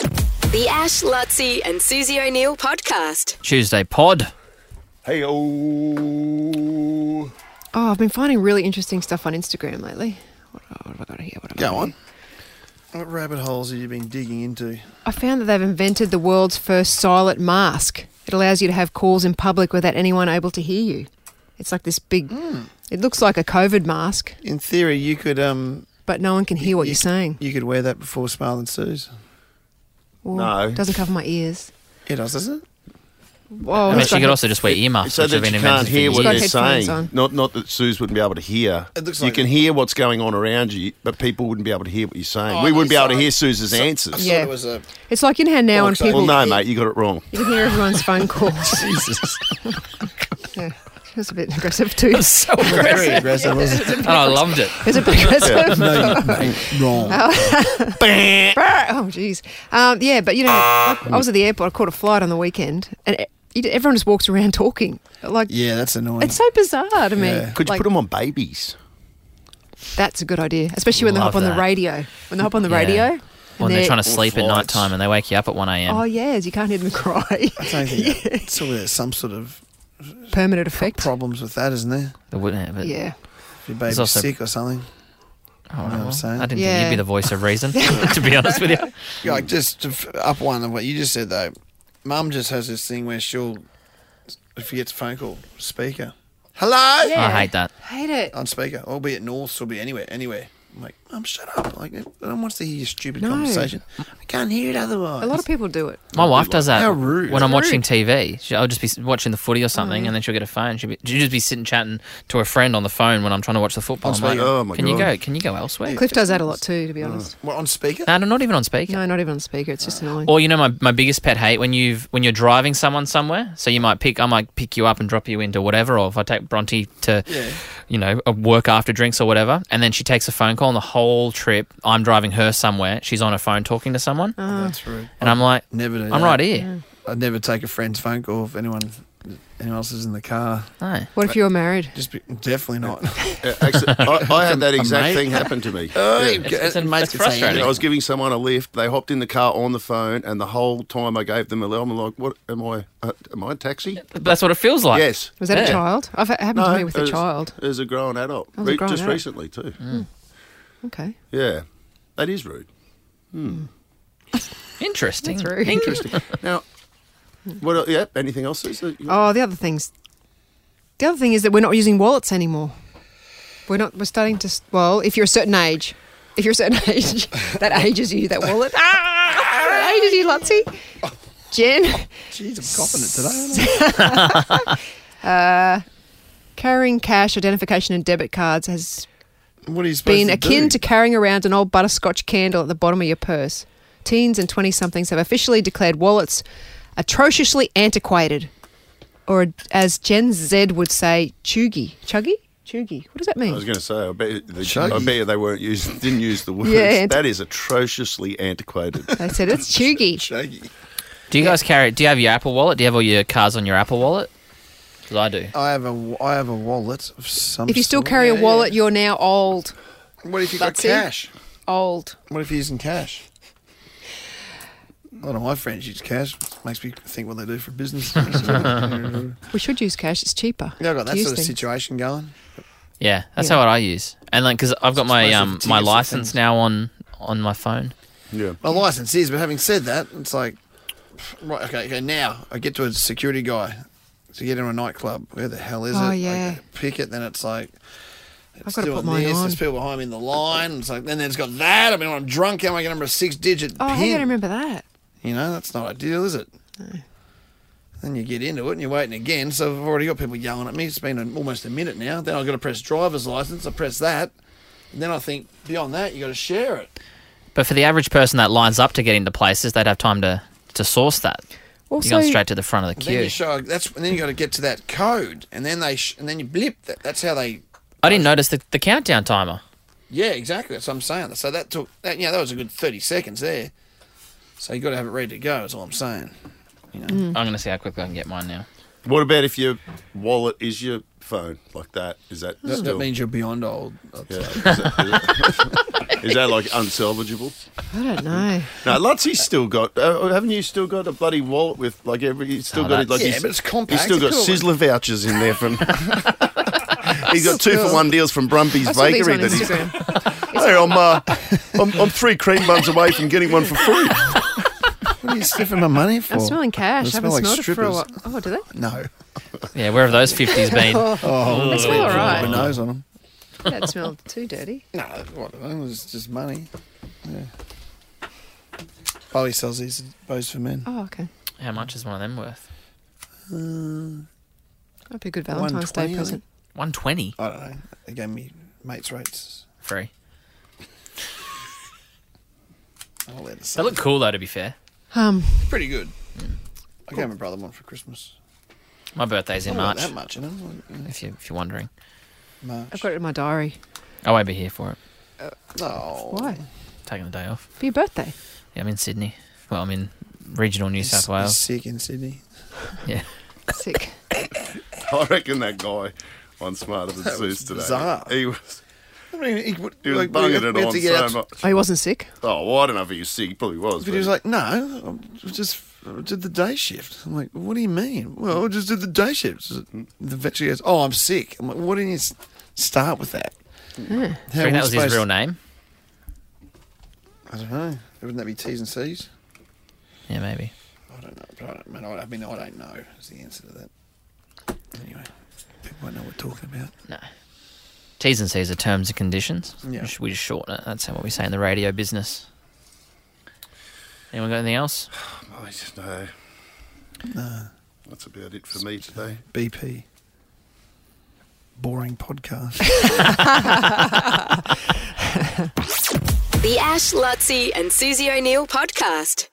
The Ash, Lutzi, and Susie O'Neill podcast. Tuesday pod. Hey, oh. Oh, I've been finding really interesting stuff on Instagram lately. What, uh, what have I got here? What have I Go got on. here? What rabbit holes have you been digging into? I found that they've invented the world's first silent mask. It allows you to have calls in public without anyone able to hear you. It's like this big. Hmm. It looks like a COVID mask, In theory, you could um, but no one can hear what you- you're saying. you could wear that before Smile and Sue's. Well, No. doesn't cover my ears. It does, doesn't it? Well, I mean, it's she got could he- also just wear earmuffs, So which have that been you invented can't for hear years. what got they're headphones saying. on. Not not that Suze wouldn't be able to hear. It looks you like- can hear what's going on around you, but people wouldn't be able to hear what you're saying. Oh, we no, wouldn't be able to so- hear Suze's So- I answers. thought Yeah. It was a, it's like you know how now when Okay. people Well, no, mate, you got it wrong. you can hear everyone's phone calls. Jesus. yeah, it was a bit aggressive too. so aggressive. Very aggressive, wasn't it? and Oh, I loved it. Is it aggressive? Wrong. oh jeez um, yeah but you know I, I was at the airport i caught a flight on the weekend and e- you- everyone just walks around talking like Yeah, that's annoying. it's so bizarre to me Yeah. Could you Like, put them on babies? that's a good idea especially when they Love hop on that. the radio when they hop on the Yeah. radio and When they're, trying to Or sleep at night flights. time and they wake you up at 1 a.m. oh yes you can't hear them cry I don't think that- it's always there's some sort of permanent effect problems with that, isn't there? They wouldn't have it. yeah If your baby's also- sick or something. Oh, know what I'm well, saying? I didn't think Yeah. you'd be the voice of reason, to be honest with you. Yeah, like just to f- up one of what you just said though. Mum just has this thing where she'll, if she gets a phone call, speaker. Hello. Yeah. I hate that. hate it Oh, on speaker, or be at North, or be anywhere, anywhere. I'm like, Mum, shut up. Like, no one wants to hear your stupid No. conversation. I can't hear it otherwise. a lot of people do it My wife does that How rude. when I'm Rude. Oh, watching TV. She, I'll just be s- watching the footy or something, and then she'll get a phone. She'll, be, she'll just be sitting chatting to a friend on the phone when I'm trying to watch the football. On I'm like, speaker. Oh, my can you God. go? Can you go elsewhere? cliff does that a lot too Mm. to be honest What, on speaker? No, no, not even on speaker. no not even on speaker it's just annoying Uh, Or you know my, my biggest pet hate when you've when you're driving someone somewhere. So you might pick I might pick you up and drop you into whatever, or if I take Bronte to you know a work after drinks or whatever, and then she takes a phone call and the whole trip I'm driving her somewhere. She's on her phone talking to someone, Oh. Uh, That's rude. and I'm like, Never do I'm that. right here. I'd never take a friend's phone call if anyone, anyone else is in the car. No. what if you were married Just be, definitely not. Uh, actually, I, I had that A exact mate? thing happen to me. Oh, Yeah. you get- it's- and mates it's could say frustrating. Yeah, I anything. was giving someone a lift. They hopped in the car on the phone, and the whole time I gave them a lift, I'm like, "What am I? Uh, am I a taxi?" That's what it feels like. Yes. was that Yeah. a child i've it happened to me with it a was- child It was a grown adult. was a Re- grown just adult. Mm. recently too. okay Yeah, that is rude. Interesting. That's rude. Interesting. Now, what? el- Yep. Anything else? Is that, Oh, the other things. The other thing is that we're not using wallets anymore. We're not. We're starting to. s- Well, if you're a certain age, if you're a certain age, that ages you. That wallet. Ah, that ages you, Lutzi. Jen, Jeez, I'm copping it today. aren't carrying cash, identification, and debit cards has I? What are you supposed been to akin do? to carrying around an old butterscotch candle at the bottom of your purse. Teens and twenty-somethings have officially declared wallets atrociously antiquated, or as Gen Z would say, chuggy, chuggy, chuggy. What does that mean? I was going to say. I bet. you- The, Chuggy. I bet you they weren't using. Didn't use the words. Yeah, anti- that is atrociously antiquated. They said it's chuggy. Shaggy. Do you guys carry? Do you have your Apple Wallet? Do you have all your cards on your Apple Wallet? Because I do. I have a, I have a wallet of some. If you still sort. carry Yeah, a yeah. wallet, you're now old. What if you got That's it. cash? Old. What if you're using cash? A lot of my friends use cash. Makes me think what they do for business. yeah, I've We should use cash. It's cheaper. got to that use sort of things. situation going. Yeah, that's Yeah. how I use. And like, because I've got my Explosive um my tickets and license things. now on on my phone. yeah. My license is, but having said that, it's like, right, okay, okay, now I get to a security guy to get into a nightclub. Where the hell is Oh, it? yeah. I pick it, then it's like, it's gotta doing put mine this, There's on. people behind me in the line. It's like, then there's got that. I mean, when I'm drunk, how am I going to remember a six digit Oh, pin? how do I remember that? You know, that's not ideal, is it? Then you get into it and you're waiting again. So I've already got people yelling at me. It's been an, almost a minute now. Then I've got to press driver's license. I press that. And then I think beyond that, you got to share it. But for the average person that lines up to get into places, they'd have time to to source that. Also, You're going straight to the front of the And Then queue. you show that's and then you got to get to that code. And then they sh- and then you blip. That, that's how they. I didn't notice the, the countdown timer. Yeah, exactly. That's what I'm saying. So that took that. Yeah, that was a good thirty seconds there. So you got to have it ready to go. Is all I'm saying. Mm. I'm going to see how quickly I can get mine now. What about if your wallet is your phone like that? Is that That, still? that means you're beyond old. I'd yeah. say. is, that- is that like unsalvageable? I don't know. No, Lutzi's still got. Uh, haven't you still got a bloody wallet with like every? He's still Oh, got that's- it. Like Yeah, he's- but it's He's compact. still got Cool. sizzler vouchers in there from. he's got two for one deals from Brumby's I saw these Bakery. on That he's, Instagram. hey, I'm, uh, I'm I'm three cream buns away from getting one for free. What are you sniffing my money for? I'm smelling cash. They I haven't smell like smelled it for a while. strippers. Oh, do they? No. Yeah, where have those 50s been? Oh, They smell all My right. nose on them. That smelled too dirty. No, what, it was just money. Yeah. Bowie sells these bows for men. Oh, okay. How much is one of them worth? That'd be a good Valentine's Day 120, I present. 120 I don't know. They gave me mates rates. free. I'm not allowed to say. They look cool though, to be fair. Um, pretty good. I gave my brother one for Christmas. My birthday's in Not March, that much, you know. if, you, if you're wondering. March. I've got it in my diary. I won't be here for it. Oh. Why? Taking the day off. For your birthday. Yeah, I'm in Sydney. Well, I'm in regional New He's- South he's Wales. sick in Sydney. Yeah. Sick. I reckon that guy on Smarter Than That was Zeus today. bizarre. He was I mean, he, would- he was like, we bunging had- it we had on to get so out to- much. Oh, he wasn't sick? Oh, well, I don't know if he was sick. He probably was. But he was like, no, I just I did the day shift. I'm like, what do you mean? Well, I just did the day shift. The vet she goes, oh, I'm sick. I'm like, what did you s- start with that? I How reckon are we that was his supposed- real name. I don't know. Wouldn't that be T's and C's? Yeah, maybe. I don't know. But I, don't, man, I, I mean, I don't know is the answer to that. Anyway, people won't know what we're talking about. No. T's and C's are terms and conditions. Yeah. We just- We just shorten it. That's what we say in the radio business. Anyone got anything else? I oh, just know. No. That's about it for me today. BP. Boring podcast. The Ash, Lutzi, and Susie O'Neill podcast.